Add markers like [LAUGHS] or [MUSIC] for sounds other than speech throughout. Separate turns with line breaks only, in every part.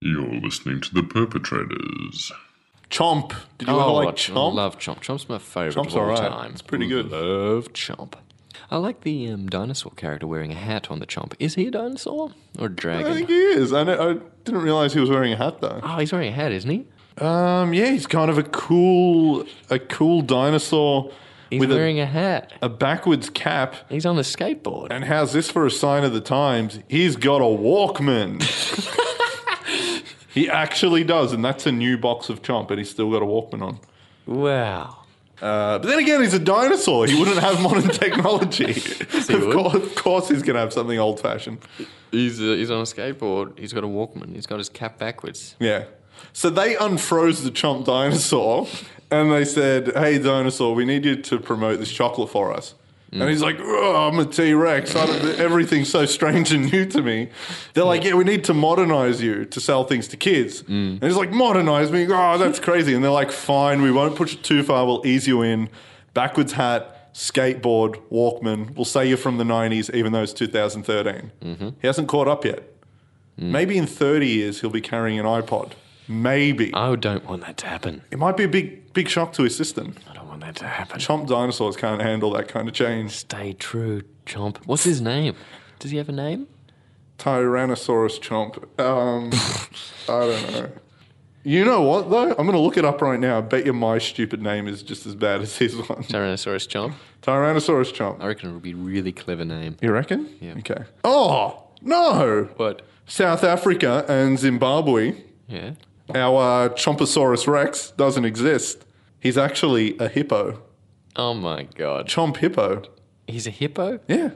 listening to the perpetrators.
Chomp. Did you ever like
I
Chomp?
Oh, love Chomp. Chomp's my favourite
Chomp's
of all
alright.
time.
It's pretty good.
Love Chomp. I like the um, dinosaur character wearing a hat on the Chomp. Is he a dinosaur or a
I
dragon?
think he is. I, know, I didn't realize he was wearing a hat though.
oh, he's wearing a hat, isn't he?
Um, yeah, he's kind of a cool, a cool dinosaur
He's
with
wearing
a,
a hat.
a backwards cap.
He's on a skateboard.
And how's this for a sign of the times? He's got a
[LAUGHS]
Walkman. he actually does, and that's a new box of Chomp, and he's still got a Walkman on.
Wow.
Uh, but then again, he's a dinosaur. He wouldn't have modern [LAUGHS] technology.
he
of,
would.
course, of course, he's going to have something old fashioned.
He's, uh, he's on a skateboard. He's got a Walkman. He's got his cap backwards.
Yeah. So they unfroze the Chomp dinosaur and they said, Hey, dinosaur, we need you to promote this chocolate for us. And he's like, oh, I'm a T Rex. Everything's so strange and new to me. They're like, Yeah, we need to modernize you to sell things to kids. And he's like, Modernize me? Oh, that's [LAUGHS] crazy. And they're like, Fine, we won't push it too far. We'll ease you in. Backwards hat, skateboard, Walkman. We'll say you're from the 90s, even though it's 2013. He hasn't caught up yet. Maybe in 30 years he'll be carrying an iPod. Maybe.
I don't want that to happen.
It might be a big, big shock to his system.
I don't want that to happen.
Chomp dinosaurs can't handle that kind of change.
Stay true, Chomp. What's his name? Does he have a name?
Tyrannosaurus Chomp. Um, I don't know. You know what, though? I'm going to look it up right now. I bet you my stupid name is just as bad as his one.
Tyrannosaurus Chomp.
Tyrannosaurus Chomp.
I reckon it would be a really clever name.
You reckon? Yeah. Okay. Oh, no.
But
South Africa and Zimbabwe.
yeah,
Our uh, Chomposaurus Rex doesn't exist. He's actually a hippo.
oh my god,
Chomp hippo.
he's a hippo.
Yeah.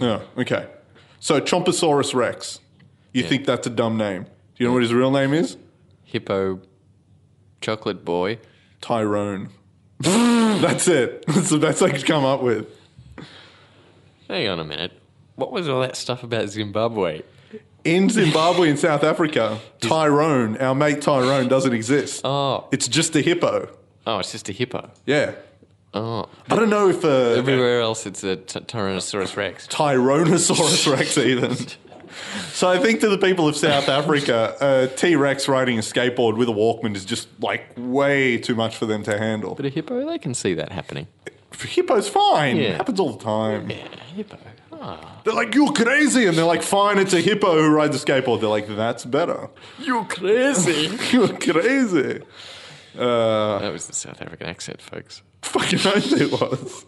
Yeah. Okay. So Chomposaurus rex. You think that's a dumb name? Do you know what his real name is?
Hippo, chocolate boy.
Tyrone. that's it. That's the best I could come up with.
Hang on a minute. What was all that stuff about Zimbabwe?
In Zimbabwe and South Africa, Tyrone, our mate Tyrone, doesn't exist.
Oh,
It's just a hippo.
oh, it's just a hippo.
Yeah.
Oh,
I don't know if uh,
everywhere else it's a t- Tyrannosaurus Rex.
Tyrannosaurus rex even. So I think to the people of South Africa, a T Rex riding a skateboard with a Walkman is just like way too much for them to handle.
But a hippo, they can see that happening.
Hippo's fine.
Yeah.
It happens all the time.
Yeah, hippo. Ah,
They're like, you're crazy. And they're like, fine, it's a hippo who rides a skateboard. They're like, that's better. [LAUGHS]
you're crazy.
You're crazy. Uh,
that was the South African accent, folks.
[LAUGHS] fucking oath it was.